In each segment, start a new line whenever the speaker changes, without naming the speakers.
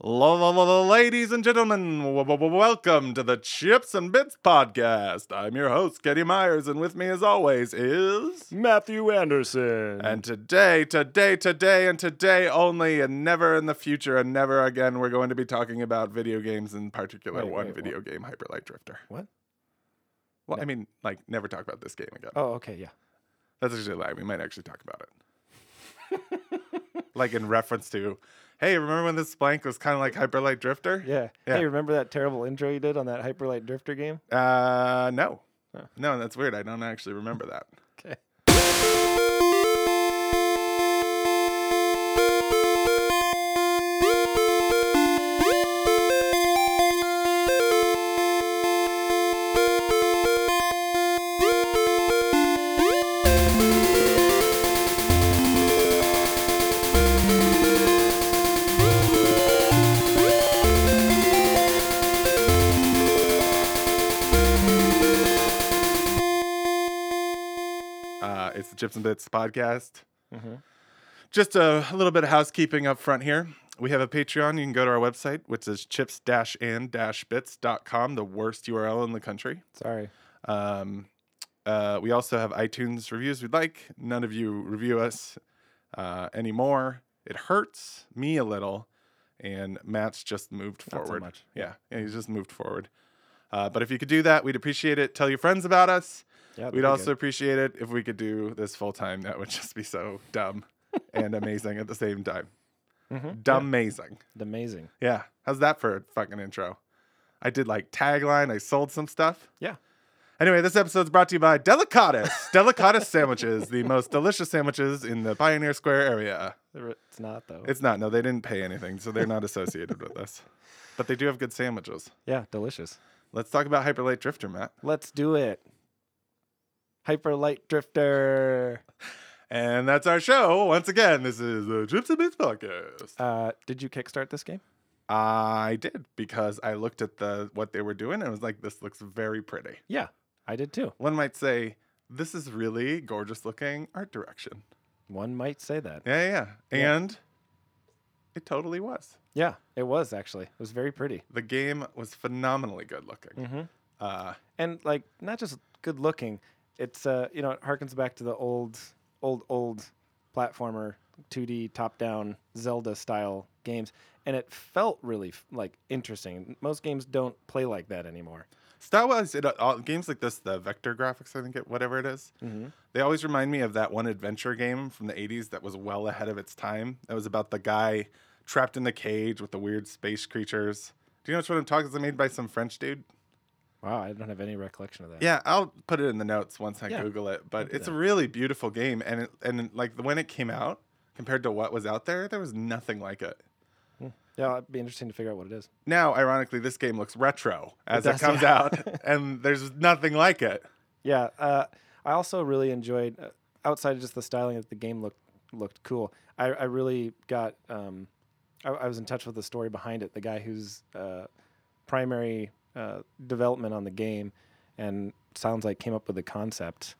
Ladies and gentlemen, w- w- welcome to the Chips and Bits podcast. I'm your host, Kenny Myers, and with me, as always, is.
Matthew Anderson.
And today, today, today, and today only, and never in the future, and never again, we're going to be talking about video games, in particular,
Wait,
one
wait,
video game, Hyper Light Drifter.
What?
Well, I mean, like, never talk about this game again.
oh, okay, yeah.
That's actually a lie. We might actually talk about it. like, in reference to, hey, remember when this blank was kind of like Hyper Light Drifter?
yeah,
Yeah.
Hey, remember that terrible intro you did on that Hyperlight Drifter game?
Uh, no.
Huh.
No, that's weird. I don't actually remember that.
Okay.
Uh, it's the Chips and Bits podcast.
Mm-hmm.
Just a little bit of housekeeping up front here. We have a Patreon. You can go to our website, which is chips and bits.com, the worst URL in the country.
Sorry.
Um, uh, we also have iTunes reviews we'd like. None of you review us uh, anymore. It hurts me a little. And Matt's just moved
Not so
forward.
much.
Yeah, yeah, he's just moved forward. Uh, but if you could do that, we'd appreciate it. Tell your friends about us.
Yeah, that'd be
We'd
good.
also appreciate it if we could do this full time. That would just be so dumb and amazing at the same time.
Mhm.
Dumb amazing.
amazing.
Yeah. How's that for a fucking intro? I did like tagline, I sold some stuff.
Yeah.
Anyway, this episode's brought to you by Delicatus. Delicatus sandwiches, the most delicious sandwiches in the Pioneer Square area.
There- It's not though.
It's not, no, they didn't pay anything, so they're not associated with us. But they do have good sandwiches.
yeah, delicious.
Let's talk about Hyperlight Drifter, Matt.
Let's do it. Hyperlight Drifter.
And that's our show. Once again, this is the Chips and Bits podcast.
Uh, did you kickstart this game?
I did because I looked at the what they were doing and was like, this looks very pretty.
Yeah, I did too.
One might say, this is really gorgeous looking art direction.
One might say that.
Yeah, yeah. yeah.
Yeah.
And it totally was.
Yeah, it was actually. It was very pretty.
The game was phenomenally good looking.
Mm-hmm.
Uh,
and like not just good looking it's uh you know it harkens back to the old old old platformer 2d top down zelda style games and it felt really f- like interesting most games don't play like that anymore
Star Wars, it, all, games like this, the vector graphics, I think it, whatever it is, they always remind me of that one adventure game from the 80s that was well ahead of its time. That was about the guy trapped in the cage with the weird space creatures. Do you know which one I'm talking about? It's made by some French dude.
wow i don't have any recollection of that
Yeah, I'll put it in the notes once I
Yeah,
Google it.
do
But it's
that.
a really beautiful game, and it, and like when it came out compared to what was out there, there was nothing like it.
yeah it'd be interesting to figure out what it is
Now, ironically, this game looks retro as it,
does,
comes
yeah.
out, and there's nothing like it.
yeah uh i also really enjoyed uh, outside of just the styling that the game looked looked cool i, I really got um I, I was in touch with the story behind it. The guy whose uh, primary uh, development on the game and sounds like came up with the concept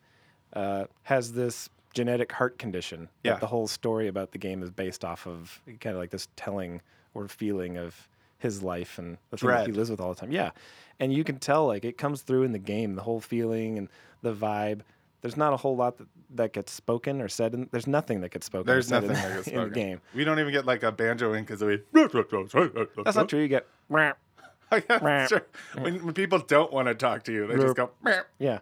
uh, has this genetic heart condition. that
Yeah.
The whole story about the game is based off of kind of like this telling or feeling of his life and the thing that he
Dread.
lives with all the time. Yeah. And you can tell like it comes through in the game, the whole feeling and the vibe. There's not a whole lot that, that gets spoken or said. In, there's nothing that gets spoken. or
There's
said
nothing
in,
like it's
in the game.
We don't even get like a banjo in because we.
That's not true. You get
When, when people don't want to talk to you, they just go. "Meow."
yeah,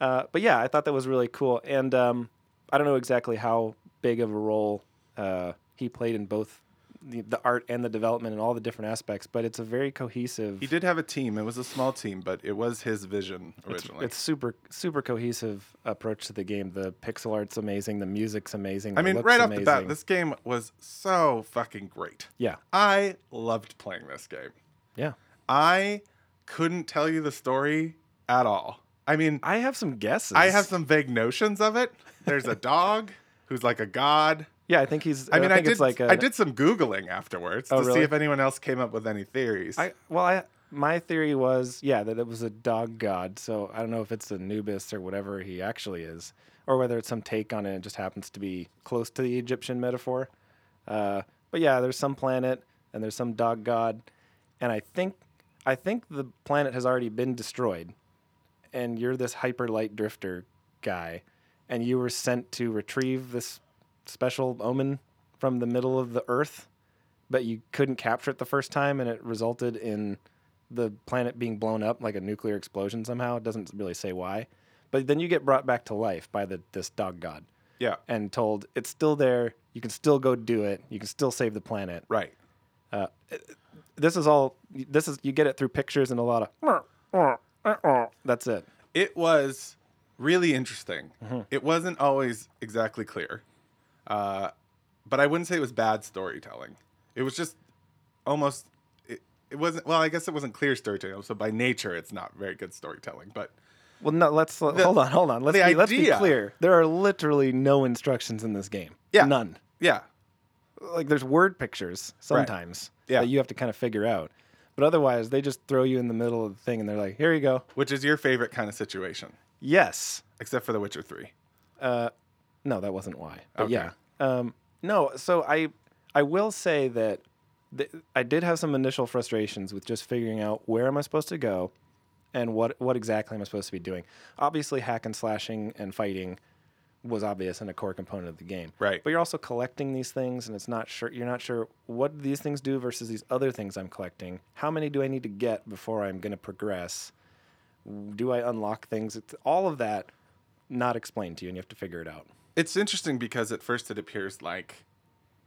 uh, but yeah, I thought that was really cool, and um, I don't know exactly how big of a role uh, he played in both the, the art and the development and all the different aspects, but it's a very cohesive.
He did have a team. It was a small team, but it was his vision originally.
It's super super cohesive approach to the game. The pixel art's amazing. The music's amazing.
I
the
mean,
look's
right off the bat,
amazing.
this game was so fucking great.
Yeah,
I loved playing this game.
yeah.
I couldn't tell you the story at all. I mean,
I have some guesses.
I have some vague notions of it. There's a dog who's like a god.
Yeah, I think he's.
I mean, I,
think
did.
it's like
I
an-
did some googling afterwards
Oh,
to see
really?
if anyone else came up with any theories.
I well, I my theory was yeah that it was a dog god. So I don't know if it's Anubis or whatever he actually is, or whether it's some take on it. and It just happens to be close to the Egyptian metaphor. Uh, but yeah, there's some planet. and there's some dog god, and I think I think the planet has already been destroyed, and you're this hyper light drifter guy, and you were sent to retrieve this special omen from the middle of the Earth, but you couldn't capture it the first time, and it resulted in the planet being blown up like a nuclear explosion somehow. It doesn't really say why, but then you get brought back to life by the this dog god
Yeah.
and told it's still there. You can still go do it. You can still save the planet.
Right.
This is all. This is you get it through pictures and a lot of. That's it.
it was really interesting.
Mm-hmm.
It wasn't always exactly clear, uh, but I wouldn't say it was bad storytelling. It was just almost. It, it wasn't. Well, I guess it wasn't clear storytelling. So by nature, it's not very good storytelling. But
Well, no. Let's hold on. Hold on. Let's
the
be, let's be
idea-
clear. There are literally no instructions in this game.
Yeah.
None.
yeah,
Like there's word pictures sometimes
Yeah.
that you have to kind of figure out, but otherwise they just throw you in the middle of the thing and they're like, "Here you go."
which is your favorite kind of situation,
Yes.
except for The Witcher Three.
No, that wasn't why. But
Okay.
yeah. Um, no, so I I will say that th- I did have some initial frustrations with just figuring out where am I supposed to go and what what exactly am I supposed to be doing. Obviously hack and slashing and fighting was obvious and a core component of the game.
Right.
But you're also collecting these things and it's not sure you're not sure what do these things do versus these other things I'm collecting. How many do I need to get before I'm going to progress? Do I unlock things? It's all of that not explained to you and you have to figure it out.
It's interesting because at first it appears like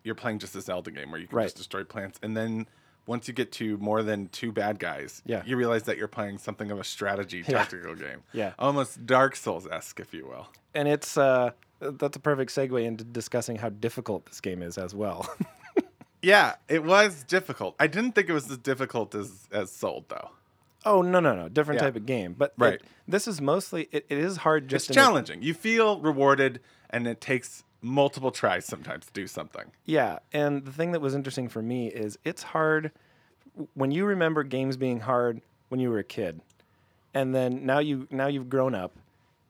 you're playing just a Zelda game where you can
Right.
just destroy plants, and then once you get to more than two bad guys,
Yeah.
you realize that you're playing something of a strategy tactical game.
Yeah.
almost Dark Souls esque, if you will.
and it's uh, that's a perfect segue into discussing how difficult this game is as well.
Yeah, it was difficult. I didn't think it was as difficult as as Sold though.
oh no no no, different
Yeah.
type of game, but
Right.
it- this is mostly it, it is hard
It's
just in the-
challenging. You feel rewarded, and it takes multiple tries sometimes to do something.
yeah, and the thing that was interesting for me is it's hard when you remember games being hard when you were a kid, and then now you now you've grown up,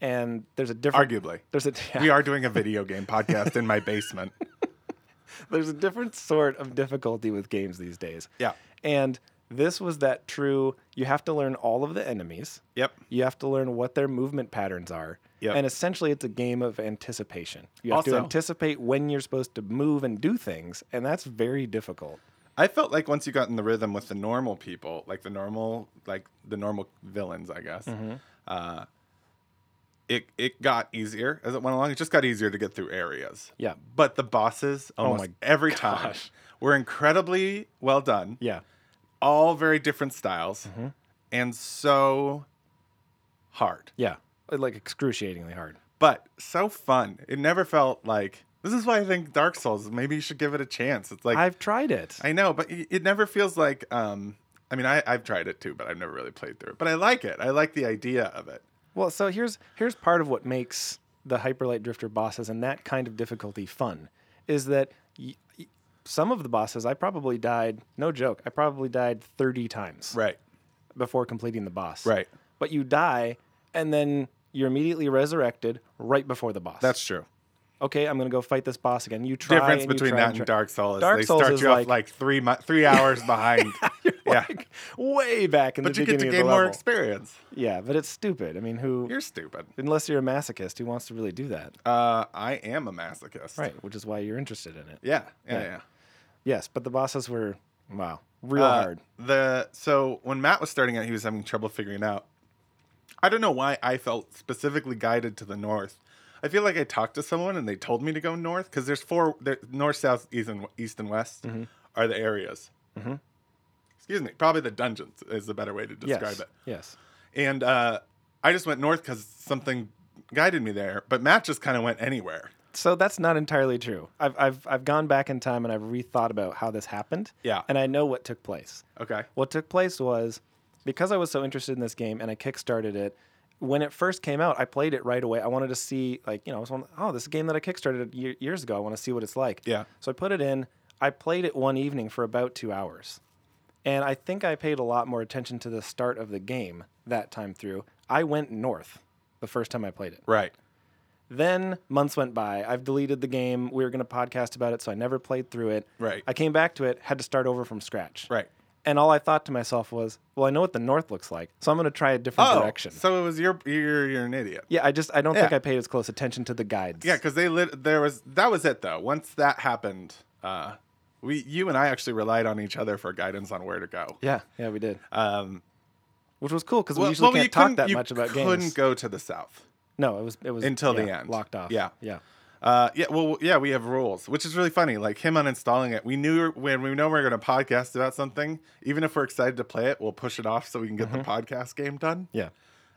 and there's a different
Arguably,
there's a
we are doing a video game podcast in my basement.
there's a different sort of difficulty with games these days.
Yeah.
and this was that true. You have to learn all of the enemies.
Yep.
You have to learn what their movement patterns are.
Yep.
And essentially, it's a game of anticipation. You have to
Also-
anticipate when you're supposed to move and do things, and that's very difficult.
I felt like once you got in the rhythm with the normal people, like the normal, like the normal villains, I guess.
Mm-hmm.
Uh, it it got easier as it went along. It just got easier to get through areas.
Yeah. Oh
But the bosses, almost
my
every time, were incredibly well done.
Yeah.
all very different styles
Mm-hmm.
and so hard,
Yeah. Uh, Like excruciatingly hard.
but so fun. It never felt like this is why I think Dark Souls maybe you should give it a chance. It's like
I've tried it.
I know, but it it never feels like um I mean I I've tried it too, but I've never really played through it. But I like it. I like the idea of it.
Well, so here's here's part of what makes the Hyperlight Drifter bosses and that kind of difficulty fun is that y- y- some of the bosses I probably died, no joke, I probably died 30 times.
Right.
before completing the boss.
Right.
But you die and then you're immediately resurrected right before the boss.
That's true.
okay. I'm gonna go fight this boss again. You try.
Difference
and you
between
try
that
and
and
try-
Dark Souls is
Dark
they
Souls
start
is
you
like-
off like three mo- three hours behind. yeah,
Like, way back in
but
the
you get
beginning
to
of
gain
the
more
level.
experience.
yeah, but it's stupid. I mean, who?
You're stupid.
unless you're a masochist, who wants to really do that?
Uh, I am a masochist.
Right. Which is why you're interested in it.
Yeah. Yeah. yeah.
Yes, but the bosses were wow, real
Uh,
hard.
The so when Matt was starting out, he was having trouble figuring it out. I don't know why I felt specifically guided to the north. I feel like I talked to someone and they told me to go north because there's four there, north, south, east, and east and west
Mm-hmm.
are the areas. Excuse me, probably the dungeons is a better way to describe
Yes.
it.
Yes.
And uh, I just went north because something guided me there, but Matt just kind of went anywhere.
So that's not entirely true. I've, I've I've gone back in time and I've rethought about how this happened.
Yeah.
And I know what took place.
Okay,
What took place was because I was so interested in this game and I kickstarted it. When it first came out, I played it right away. I wanted to see, like, you know, I was wondering, oh, this is a game that I kickstarted ye- years ago. I want to see what it's like.
Yeah.
So I put it in. I played it one evening for about two hours, and I think I paid a lot more attention to the start of the game that time through. I went north the first time I played it
right.
Then months went by. I've deleted the game. We were going to podcast about it, so I never played through it.
Right.
I came back to it, had to start over from scratch.
Right.
And all I thought to myself was, well, I know what the north looks like, so I'm going to try a different
Oh,
direction.
so it was your you're you're an idiot.
yeah, I just I don't think
Yeah.
I paid as close attention to the guides.
Yeah, because they lit. There was that was it though. Once that happened, uh, we you and I actually relied on each other for guidance on where to go.
yeah, yeah, we did,
Um,
which was cool because we
well-
usually
well, you
can't talk
couldn't-
that
you
much about
couldn't
games.
go to the south.
No, it was it was
Until the
yeah,
end.
locked off.
Yeah.
yeah.
Uh, yeah, well, yeah, we have rules, which is really funny. Like him uninstalling it, we knew when we know we're going to podcast about something, even if we're excited to play it, we'll push it off so we can get
Mm-hmm.
the podcast game done.
Yeah.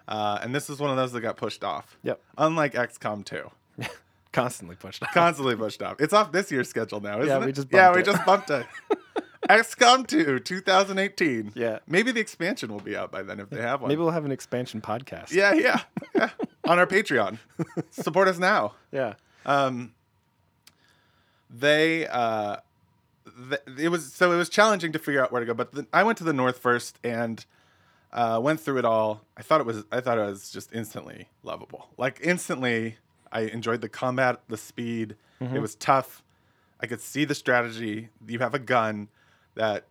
Uh, and this is one of those that got pushed off.
Yep.
Unlike XCOM 2,
Constantly pushed off.
constantly pushed off. It's off this year's schedule now, isn't
Yeah,
it?
we just
yeah,
bumped
we
it.
just bumped it. XCOM 2, 2018.
Yeah.
Maybe the expansion will be out by then if they have one.
Maybe we'll have an expansion podcast.
yeah, yeah, yeah. On our Patreon, support us now.
Yeah.
um they uh th- it was so it was challenging to figure out where to go but the, i went to the north first and uh went through it all i thought it was i thought it was just instantly lovable like instantly i enjoyed the combat the speed
Mm-hmm.
it was tough i could see the strategy you have a gun that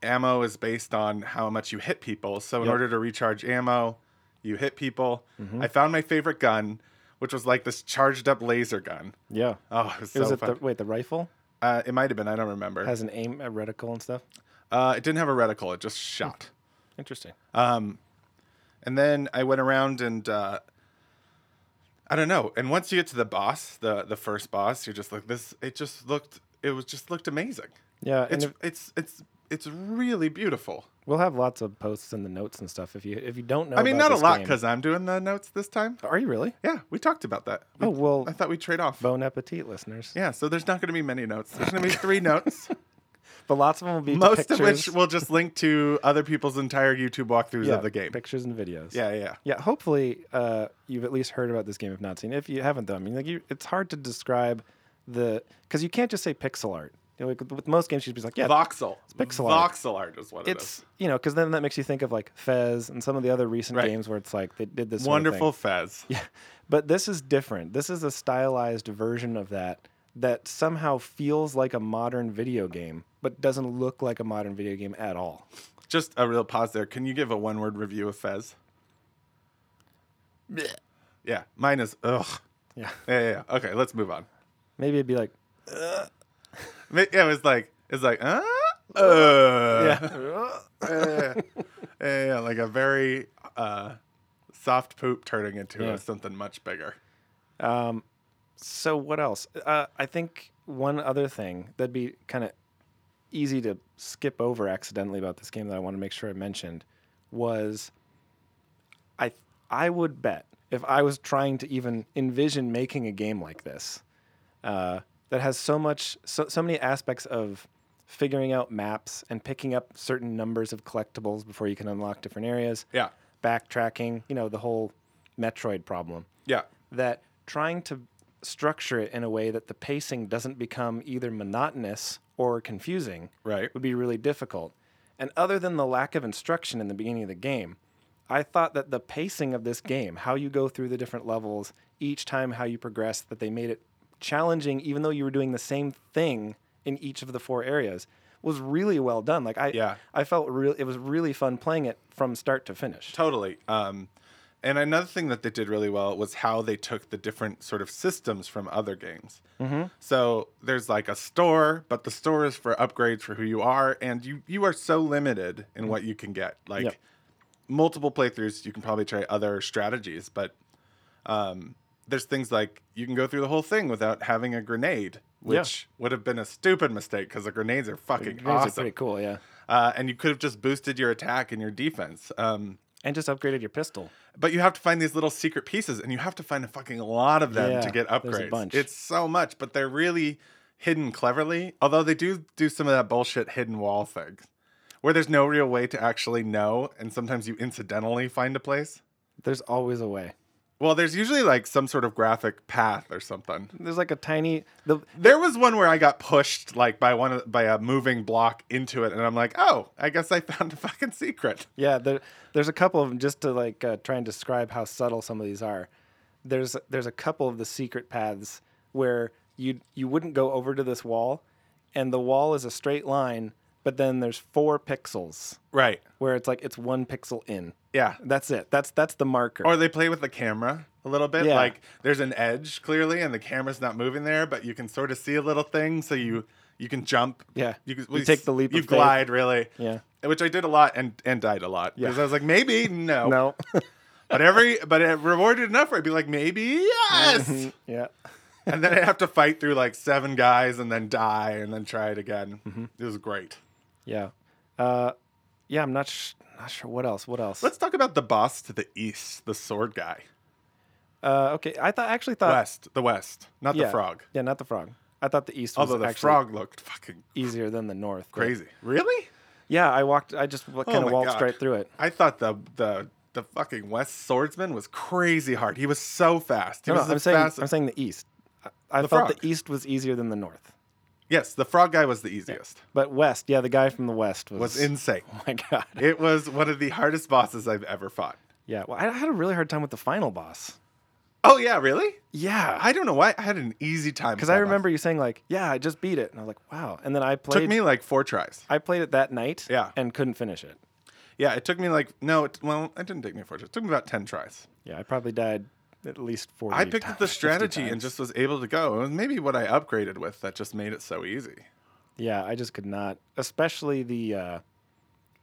ammo is based on how much you hit people so in
Yep. Mm-hmm.
order to recharge ammo you hit people i found my favorite gun which was like this charged up laser gun
Yeah.
Oh, it was
It
so
was at
fun.
the wait, the rifle
uh, it might have been. I don't remember.
has an aim a reticle and stuff.
uh, it didn't have a reticle. It just
Hmm.
shot.
Interesting.
And then I went around and uh, I don't know. And once you get to the boss, the the first boss, you're just like this. It just looked. It was just looked amazing.
yeah, and
It's
if,
it's it's it's really beautiful.
we'll have lots of posts in the notes and stuff if you if you don't know.
I mean,
about
not a
this
lot
game.
because I'm doing the notes this time.
are you really?
Yeah, we talked about that. We-
Oh well,
I thought we'd trade off.
bon appetit, listeners.
Yeah, so there's not going to be many notes. There's going to be three notes,
But lots of them will be to
most of
pictures,
which will just link to other people's entire YouTube walkthroughs
yeah,
of the game.
pictures and videos.
Yeah, yeah, yeah.
Yeah, hopefully uh, you've at least heard about this game if not seen. it. If you haven't, though, I mean, like you, it's hard to describe the because you can't just say pixel art. You know, like with, with most games, you'd be like, yeah,
Voxel.
pixel art.
Voxel art is what it
it's you know, because then that makes you think of like Fez and some of the other recent
Right.
games where it's like they did this
is.
sort of thing.
Wonderful Fez.
Yeah, but this is different. This is a stylized version of that that somehow feels like a modern video game, but doesn't look like a modern video game at all.
Just a real pause there. Can you give a one word review of Fez? Yeah. Mine is ugh.
Yeah,
Yeah, yeah, yeah. Okay, let's move on.
maybe it'd be like
Ma- Yeah, it was like it's like uh, uh.
yeah,
Yeah, yeah, yeah, yeah, like a very uh, soft poop turning into
Yeah.
something much bigger.
so what else? Uh, I think one other thing that'd be kind of easy to skip over accidentally about this game that I want to make sure I mentioned was I I would bet if I was trying to even envision making a game like this uh, that has so much so, so many aspects of figuring out maps and picking up certain numbers of collectibles before you can unlock different areas
Yeah.
backtracking you know the whole metroid problem
Yeah.
that trying to structure it in a way that the pacing doesn't become either monotonous or confusing
Right.
would be really difficult. And other than the lack of instruction in the beginning of the game, I thought that the pacing of this game, how you go through the different levels, each time how you progress, that they made it challenging, even though you were doing the same thing in each of the four areas, was really well done. Like I,
Yeah.
I felt real. It was really fun playing it from start to finish.
Totally. Um, and another thing that they did really well was how they took the different sort of systems from other games. Mm-hmm. So there's like a store, but the store is for upgrades for who you are, and you you are so limited in what you can get. Like
Yep.
multiple playthroughs, you can probably try other strategies, but um, there's things like you can go through the whole thing without having a grenade,
Yeah.
which would have been a stupid mistake because the grenades are fucking
It was
awesome.
pretty cool, yeah.
Uh, and you could have just boosted your attack and your defense. Um,
And just upgraded your pistol.
but you have to find these little secret pieces, and you have to find a fucking lot of them
Yeah,
to get
there's a
upgrades.
bunch.
It's so much, but they're really hidden cleverly. Although they do do some of that bullshit hidden wall thing, where there's no real way to actually know, and sometimes you incidentally find a place.
There's always a way.
Well, there's usually like some sort of graphic path or something.
There's like a tiny the
There was one where I got pushed like by one of, by a moving block into it, and I'm like, oh, I guess I found a fucking secret.
yeah. There, there's a couple of them just to like uh, try and describe how subtle some of these are. there's there's a couple of the secret paths where you you wouldn't go over to this wall, and the wall is a straight line, but then there's four pixels
Right.
where it's like it's one pixel in.
Yeah.
That's it. That's that's the marker.
Or they play with the camera a little bit.
Yeah.
Like there's an edge clearly, and the camera's not moving there, but you can sort of see a little thing, so you you can jump.
Yeah.
You, can,
You take the leap
You
of faith.
glide really.
Yeah.
Which I did a lot and and died a lot because I was like maybe no,
no.
but every but it rewarded enough where I'd be like maybe yes,
yeah.
and then I have to fight through like seven guys and then die and then try it again.
Mm-hmm.
It was great.
Yeah. Uh, yeah. I'm not sh- not sure what else. What else?
Let's talk about the boss to the east, the sword guy.
Uh, okay. I thought I actually thought
West, the west, not
yeah,
the frog.
Yeah, not the frog. I thought the east was
Although the
actually
frog looked fucking
easier than the north. but-
crazy. Really?
Yeah, I walked. I just kind of
my
waltzed
God.
right through it.
I thought the the the fucking West swordsman was crazy hard. He was so fast. He
No, no,
was
I'm
as
saying
fast-
I'm saying the east. I, I
The
felt
frog.
the east was easier than the north,
yes, the frog guy was the easiest.
but west. Yeah, the guy from the west was.
Was insane.
oh my god.
It was one of the hardest bosses I've ever fought.
Yeah. Well, I had a really hard time with the final boss.
Oh yeah, really?
Yeah.
I don't know why I had an easy time
Because I remember you saying like, "Yeah, I just beat it," and I was like, "Wow!" And then I
It
played.
took me like four tries.
I played it that night.
Yeah.
And couldn't finish it.
Yeah, it took me like no, it, well, it didn't take me four tries. It took me about ten tries.
Yeah, I probably died at least forty.
I picked up the
times, 50
strategy and
times.
just was able to go. It was maybe what I upgraded with that just made it so easy.
Yeah, I just could not, especially the uh,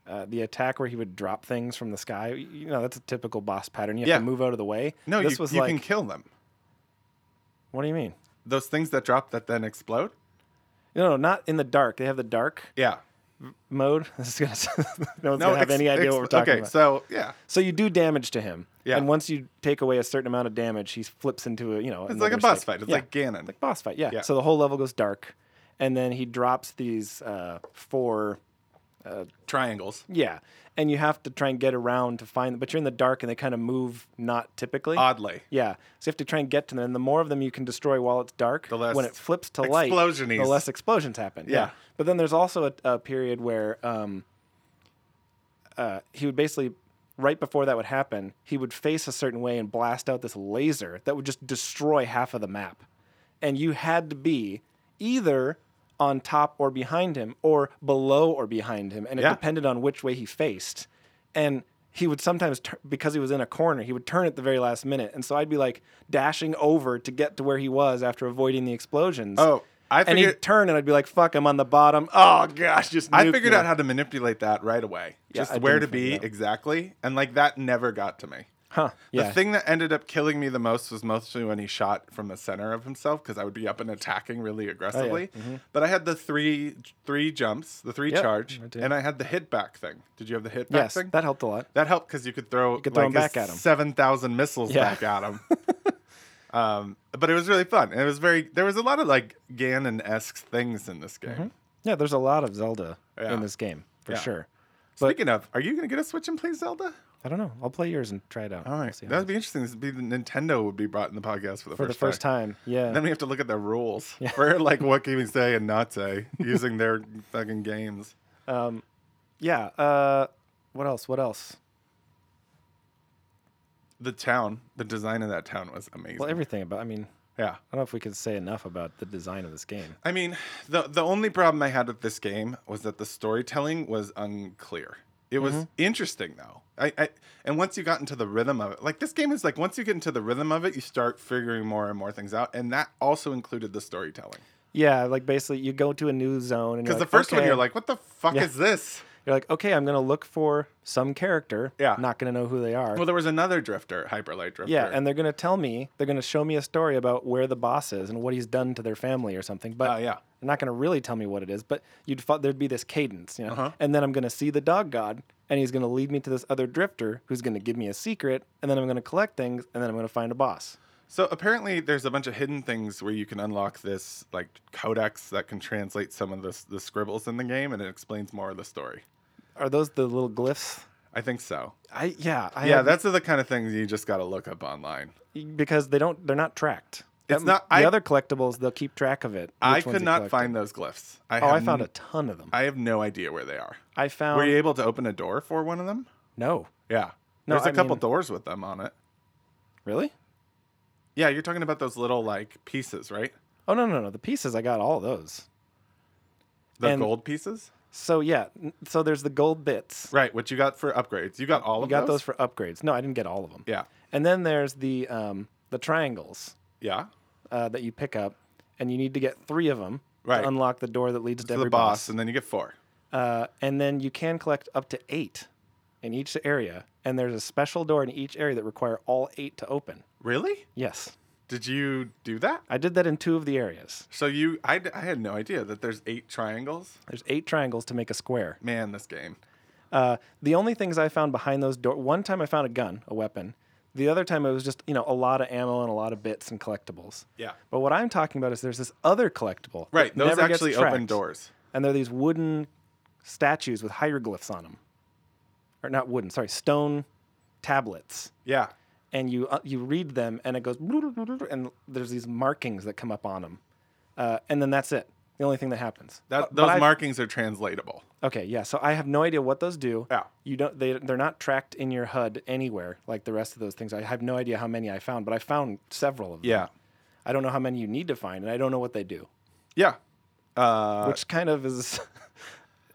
uh, the attack where he would drop things from the sky. You know, that's a typical boss pattern. You have
Yeah.
to move out of the way.
No,
this
you,
was
you
like,
can kill them.
what do you mean?
Those things that drop that then explode.
No, no, not in the dark. They have the dark
Yeah.
mode. This is gonna, no one's gonna have
ex-
any idea what we're
ex-
talking
okay,
about.
so yeah,
So you do damage to him,
Yeah.
and once you take away a certain amount of damage, he flips into a you know.
it's like a boss fight. It's like Ganon.
like boss fight. Yeah.
Yeah.
So the whole level goes dark, and then he drops these uh, four
triangles.
Yeah, and you have to try and get around to find, but you're in the dark and they kind of move not typically.
Oddly,
yeah, so you have to try and get to them. And the more of them you can destroy while it's dark, the
less
when it flips to light,
explosionies.
the less explosions happen. Yeah.
Yeah.
But then there's also a, a period where um, uh, he would basically, right before that would happen, he would face a certain way and blast out this laser that would just destroy half of the map. And you had to be either on top or behind him or below or behind him. And it
Yeah.
depended on which way he faced. And he would sometimes, tur- because he was in a corner, he would turn at the very last minute. And so I'd be like dashing over to get to where he was after avoiding the explosions.
Oh, I
and he'd
figured-
turn and I'd be like, fuck, I'm on the bottom. Oh, gosh, just
I
nuke
figured
me.
out how to manipulate that right away.
Yeah,
just
I
where to
didn't
be
figure it out.
exactly, and like that never got to me.
Huh. Yeah.
The thing that ended up killing me the most was mostly when he shot from the center of himself because I would be up and attacking
Oh,
really aggressively. But I had the three three jumps, the three
Mm-hmm. Yep,
charge,
I did.
and I had the hit back thing. Did you have the hit back
yes,
thing?
that helped a lot.
That helped because you could throw,
could throw
like
'em back at 'em.
seven thousand missiles
Yeah.
back at him. um, but it was really fun. And it was very. There was a lot of like Ganon esque things in this
Mm-hmm.
game.
Yeah, there's a lot of Zelda
Yeah.
in this game for
Yeah.
sure.
Speaking of, are you gonna get a Switch and play Zelda?
I don't know. I'll play yours and try it out.
All right, that would be interesting. This would be the Nintendo would be brought in the podcast for the
for the
first
first time. Yeah.
Then we have to look at the rules for like what can we say and not say using their fucking games.
um, yeah. Uh, what else? What else?
The town, the design of that town was amazing.
Well, everything about. I mean,
yeah.
I don't know if we can say enough about the design of this game.
I mean, the the only problem I had with this game was that the storytelling was unclear. It was
Mm-hmm.
interesting though. I, I and once you got into the rhythm of it, like this game is like once you get into the rhythm of it, you start figuring more and more things out, and that also included the storytelling.
Yeah, like basically, you go to a new zone and
Because
you're
the
like,
first one,
"Okay."
you're like, "What the fuck is this?"
you're like, okay, I'm gonna look for some character.
Yeah.
Not gonna know who they are.
Well, there was another drifter, hyperlight drifter.
yeah, and they're gonna tell me, they're gonna show me a story about where the boss is and what he's done to their family or something. But
Oh, yeah.
They're not going to really tell me what it is, but you'd thought there'd be this cadence, you know.
Uh-huh.
And then I'm going to see the dog god, and he's going to lead me to this other drifter who's going to give me a secret, and then I'm going to collect things, and then I'm going to find a boss.
So apparently, there's a bunch of hidden things where you can unlock this like codex that can translate some of the s- the scribbles in the game, and it explains more of the story.
Are those the little glyphs?
I think so.
I yeah, I
Yeah,
had-
that's the kind of things you just got to look up online.
because they don't they're not tracked.
It's
That-
not-
the
I-
other collectibles. They'll keep track of it.
I
which ones
could
you
not
collected.
find those glyphs. I
Oh, I
have
found
n-
a ton of them.
I have no idea where they are.
I
Were
found
you able to open a door for one of them?
no,
Yeah.
No,
There's a
I
couple
mean-
doors with them on it.
really.
Yeah, you're talking about those little like pieces, right?
Oh no, no, no. The pieces I got all those.
The
And-
gold pieces,
So yeah, n- so there's the gold bits.
right? What you got for upgrades? You got all
You
of
got
those.
those for upgrades. No, I didn't get all of them.
yeah,
And then there's the um, the triangles
yeah.
uh, that you pick up, and you need to get three of them
Right.
to unlock the door that leads to,
To
every
the boss, and then you get four.
Uh, and then you can collect up to eight in each area, and there's a special door in each area that require all eight to open.
Really?
Yes,
Did you do that?
I did that in two of the areas.
So you, I, d- I had no idea that there's eight triangles.
There's eight triangles to make a square.
Man, this game.
Uh, the only things I found behind those doors, one time I found a gun, a weapon. The other time it was just, you know, a lot of ammo and a lot of bits and collectibles.
Yeah.
But what I'm talking about is there's this other collectible. that
Right. Those
never gets
actually open
tracked,
doors.
And they're these wooden statues with hieroglyphs on them. Or not wooden, sorry, stone tablets.
Yeah.
And you, uh, you read them and it goes, and there's these markings that come up on them. Uh, and then that's it. The only thing that happens.
That
But- but
those
I've-
markings are translatable.
Okay, yeah. So I have no idea what those do.
Yeah.
You don't they they're not tracked in your HUD anywhere like the rest of those things. I have no idea how many I found, but I found several of them.
Yeah.
I don't know how many you need to find and I don't know what they do.
Yeah. Uh,
Which kind of is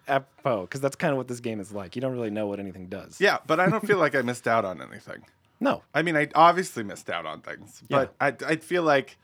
apropos cuz that's kind of what this game is like. You don't really know what anything does.
yeah, but I don't feel like I missed out on anything.
No.
I mean, I obviously missed out on things, but I I feel like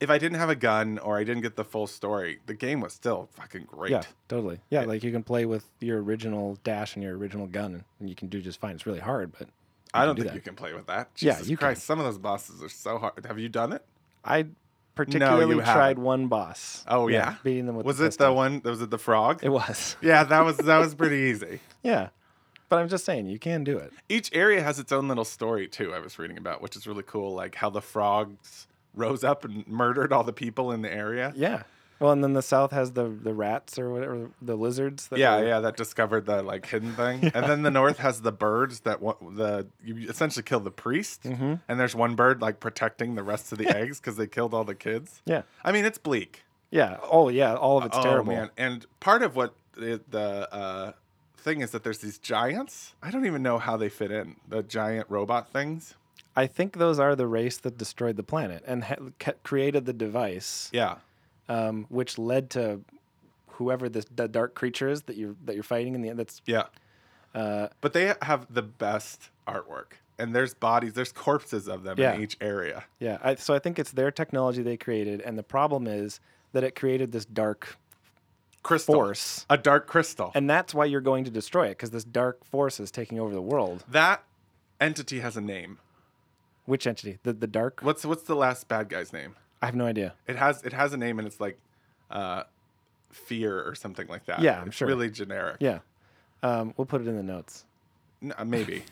if I didn't have a gun or I didn't get the full story, the game was still fucking great.
Yeah, totally. Yeah, like you can play with your original dash and your original gun and you can do just fine. It's really hard, but
I don't
do
think
that.
you can play with that.
Yeah,
Jesus
you can.
Christ, some of those bosses are so hard. Have you done it?
I particularly tried
haven't.
one boss.
Oh yeah,
beating them with
was
the
it
pistol.
the one? Was it the frog?
It was.
yeah, that was that was pretty easy.
Yeah. But I'm just saying, you can do it.
Each area has its own little story too. I was reading about, which is really cool. Like how the frogs rose up and murdered all the people in the area.
Yeah. Well, and then the South has the the rats or whatever, the lizards. That
Yeah,
were-
yeah, that discovered the like hidden thing, and then the north has the birds that wa- the you essentially kill the priest,
Mm-hmm.
and there's one bird like protecting the rest of the eggs because they killed all the kids.
Yeah.
I mean it's bleak.
Yeah. Oh, yeah. All of it's terrible.
And part of what the, the uh, thing is that there's these giants. I don't even know how they fit in the giant robot things.
I think those are the race that destroyed the planet and ha- ca- created the device,
Yeah,
um, which led to whoever this the dark creature is that you're that you're fighting in the end. That's
yeah.
uh,
But they have the best artwork, and there's bodies, there's corpses of them
Yeah.
in each area.
yeah. I, so I think it's their technology they created, and the problem is that it created this dark
Crystal,
force,
a dark crystal.
and that's why you're going to destroy it because this dark force is taking over the world.
that entity has a name.
Which entity? The the dark?
What's what's the last bad guy's name?
I have no idea.
It has it has a name and it's like uh fear or something like that.
Yeah, I'm
It's
sure.
Really generic.
Yeah. Um, we'll put it in the notes.
N- uh, maybe.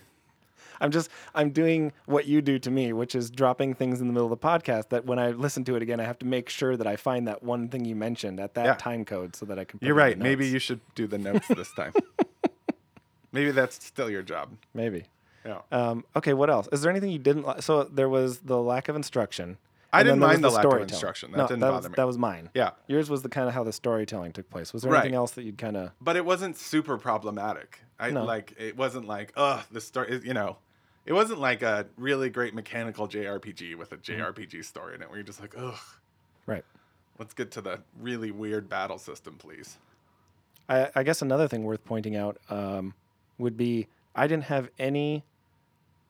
I'm just I'm doing what you do to me, which is dropping things in the middle of the podcast that when I listen to it again, I have to make sure that I find that one thing you mentioned at that
Yeah.
time code so that I can put
You're
it in
right.
the
Maybe
notes.
you should do the notes this time. maybe that's still your job. Uh,
maybe.
Yeah.
Um, okay, what else? Is there anything you didn't like? So there was the lack of instruction.
I
and then
didn't
there was
mind the lack of
storytelling.
instruction. That
no,
didn't
that
bother
was,
me.
That was mine.
yeah.
Yours was the kind of how the storytelling took place. Was there anything
Right.
else that you'd kind of
But it wasn't super problematic. I
No.
like it wasn't like, ugh, the story you know. It wasn't like a really great mechanical JRPG with a
Mm-hmm.
JRPG story in it where you're just like, ugh,
right?
let's get to the really weird battle system, please.
I, I guess another thing worth pointing out um, would be I didn't have any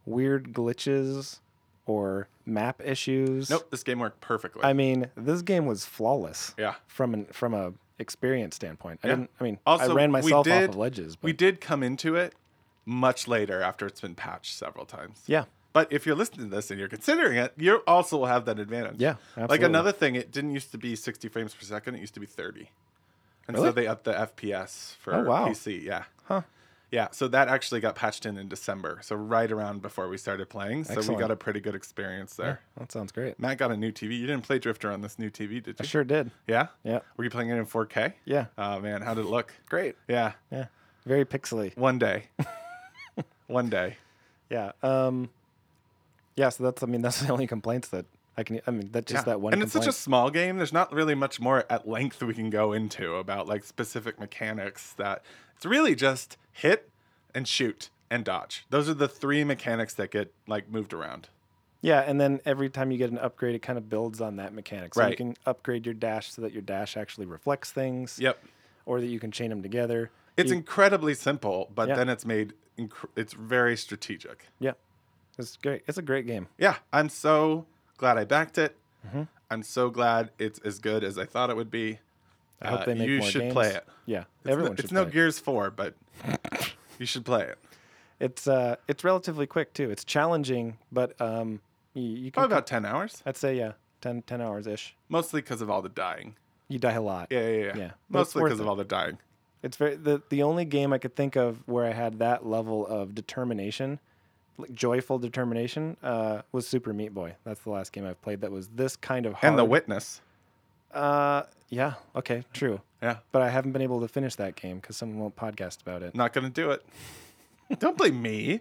weird glitches or map issues.
Nope, this game worked perfectly.
I mean, this game was flawless
yeah.
from an from a experience standpoint. I
Yeah.
didn't. I mean, I
Also,
ran
we
myself
did-
off of ledges. But
We did come into it much later after it's been patched several times.
yeah,
But if you're listening to this and you're considering it, you also will have that advantage.
yeah, absolutely.
Like another thing, it didn't used to be 60 frames per second, it used to be 30. And so
Really?
they upped the FPS for
Oh, wow.
PC. Yeah.
Huh.
Yeah. So that actually got patched in in December. So right around before we started playing. So
Excellent.
we got a pretty good experience there.
That sounds great.
Matt got a new TV. You didn't play Drifter on this new TV, did
I
you?
sure did.
Yeah.
Yeah,
Were you playing it in 4K?
yeah,
Oh, man. How did it look?
great.
Yeah.
Yeah, very pixely.
One day. One day.
Yeah. Um. Yeah. So that's. I mean, that's the only complaints that I can. I mean, that's just
Yeah.
that one.
And it's
complaint.
such a small game. There's not really much more at length we can go into about like specific mechanics that it's really just hit and shoot and dodge. Those are the three mechanics that get like moved around.
Yeah, and then every time you get an upgrade, it kind of builds on that mechanic. So you
Right.
can upgrade your dash so that your dash actually reflects things.
Yep.
Or that you can chain them together.
It's
You-
incredibly simple, but
Yeah.
then it's made inc- it's very strategic.
yeah. It's great. It's a great game.
Yeah, I'm so glad I backed it.
Mm-hmm.
I'm so glad it's as good as I thought it would be.
I hope
Uh,
they make
you
more
should
games.
play it.
Yeah,
It's
everyone
no,
should
it's
play
no
it.
Gears 4, but you should play it.
It's uh, it's relatively quick too. It's challenging, but um, you, you can.
Probably about 10 hours,
I'd say yeah, 10, 10 hours ish.
mostly because of all the dying.
You die a lot.
Yeah, yeah, yeah.
Yeah, but it's
Mostly
worth
because of
it.
all the dying.
It's very the the only game I could think of where I had that level of determination, like joyful determination, uh, was Super Meat Boy. That's the last game I've played that was this kind of hard.
And the witness.
Uh, yeah. Okay. True.
Yeah,
But I haven't been able to finish that game because someone won't podcast about it.
not gonna do it. Don't blame me.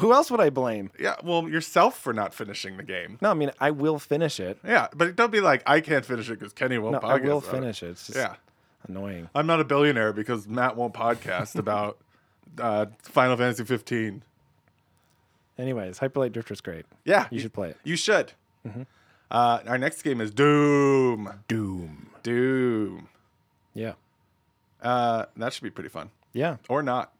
Who else would I blame?
Yeah, well, yourself for not finishing the game.
No, I mean I will finish it.
Yeah, but don't be like I can't finish it because Kenny won't.
No, I
podcast
will
about it."
finish it. It's just
Yeah,
annoying.
I'm not a billionaire because Matt won't podcast about uh, Final Fantasy 15.
Anyways, Hyperlight Drifter's great.
Yeah,
You should Mm-hmm. play it.
You should. Uh, our next game is Doom.
Doom.
Doom.
Yeah.
Uh, that should be pretty fun,
Yeah.
or not.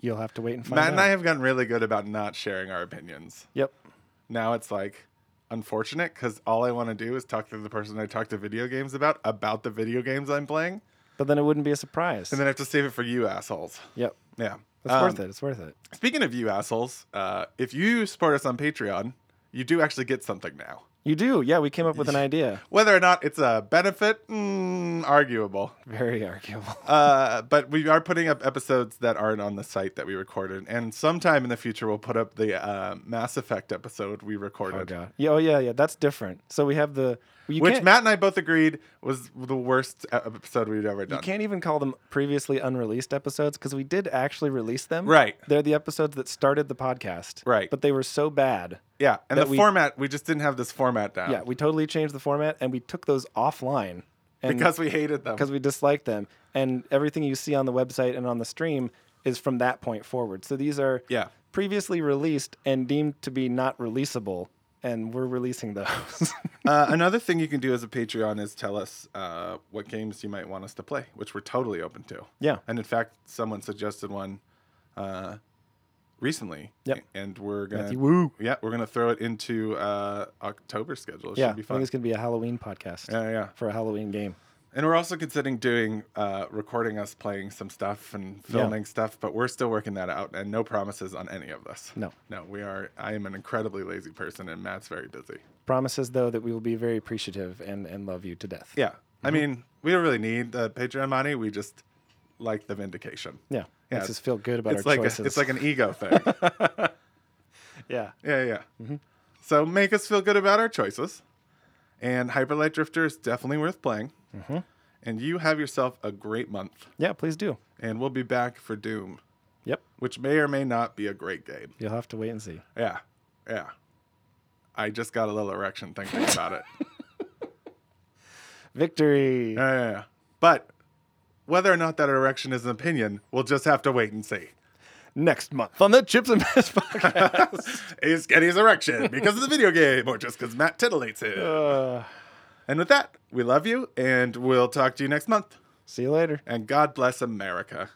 You'll have to wait and find
Matt
out.
and I have gotten really good about not sharing our opinions.
Yep.
Now it's like unfortunate because all I want to do is talk to the person I talk to video games about about the video games I'm playing,
But then it wouldn't be a surprise.
and then I have to save it for you assholes.
yep.
Yeah,
It's
Um,
worth it. It's worth it.
Speaking of you assholes, uh, if you support us on Patreon, you do actually get something now.
You do. Yeah, we came up with an idea.
Whether or not it's a benefit, mm, arguable.
Very arguable.
Uh, but we are putting up episodes that aren't on the site that we recorded, and sometime in the future we'll put up the uh, Mass Effect episode we recorded,
Oh god. Yeah, oh yeah, yeah. That's different. So we have the you
which
can't,
Matt and I both agreed was the worst e- episode we'd ever
you
done.
can't even call them previously unreleased episodes because we did actually release them.
Right.
They're the episodes that started the podcast.
Right.
But they were so bad.
Yeah, and the
that we-
format we just didn't have this format down
Yeah, we totally changed the format and we took those offline. And
because we hated them.
because we dislike them. And everything you see on the website and on the stream is from that point forward. So these are
Yeah.
previously released and deemed to be not releasable, and we're releasing those.
uh, another thing you can do as a Patreon is tell us uh, what games you might want us to play, which we're totally open to.
yeah.
And in fact, someone suggested one uh, recently.
Yep.
And we're gonna
Matthew Wu.
yeah we're gonna throw it into uh, October schedule. It
Yeah. I
should be
think
fun.
it's going to be a Halloween podcast
Yeah, yeah.
for a Halloween game.
And we're also considering doing uh, recording us playing some stuff and filming stuff, but we're still working that out. And no promises on any of this.
No.
No, we are. I am an incredibly lazy person, and Matt's very busy.
Promises, though, that we will be very appreciative and, and love you to death.
Yeah. I
Mm-hmm.
mean, we don't really need the Patreon money. We just like the vindication.
Yeah.
Yeah,
Makes us feel good about
It's
our
like a,
choices.
it's like an ego thing.
yeah.
Yeah, yeah. So make us feel good about our choices. And Hyperlight Drifter is definitely worth playing. And you have yourself a great month.
Yeah, please do.
And we'll be back for Doom,
Yep.
which may or may not be a great game.
You'll have to wait and see.
Yeah, yeah. I just got a little erection thinking about it.
Victory.
Yeah, yeah, yeah. But whether or not that erection is an opinion, we'll just have to wait and see.
Next month on the Chips and Piss podcast.
is Kenny's erection because of the video game or just because Matt titillates him?
Uh,
And with that, we love you and we'll talk to you next month.
see you later.
And God bless America.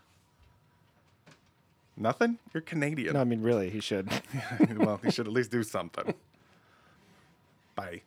Nothing? You're Canadian.
No, I mean, really, he should.
well, you should at least do something. Bye.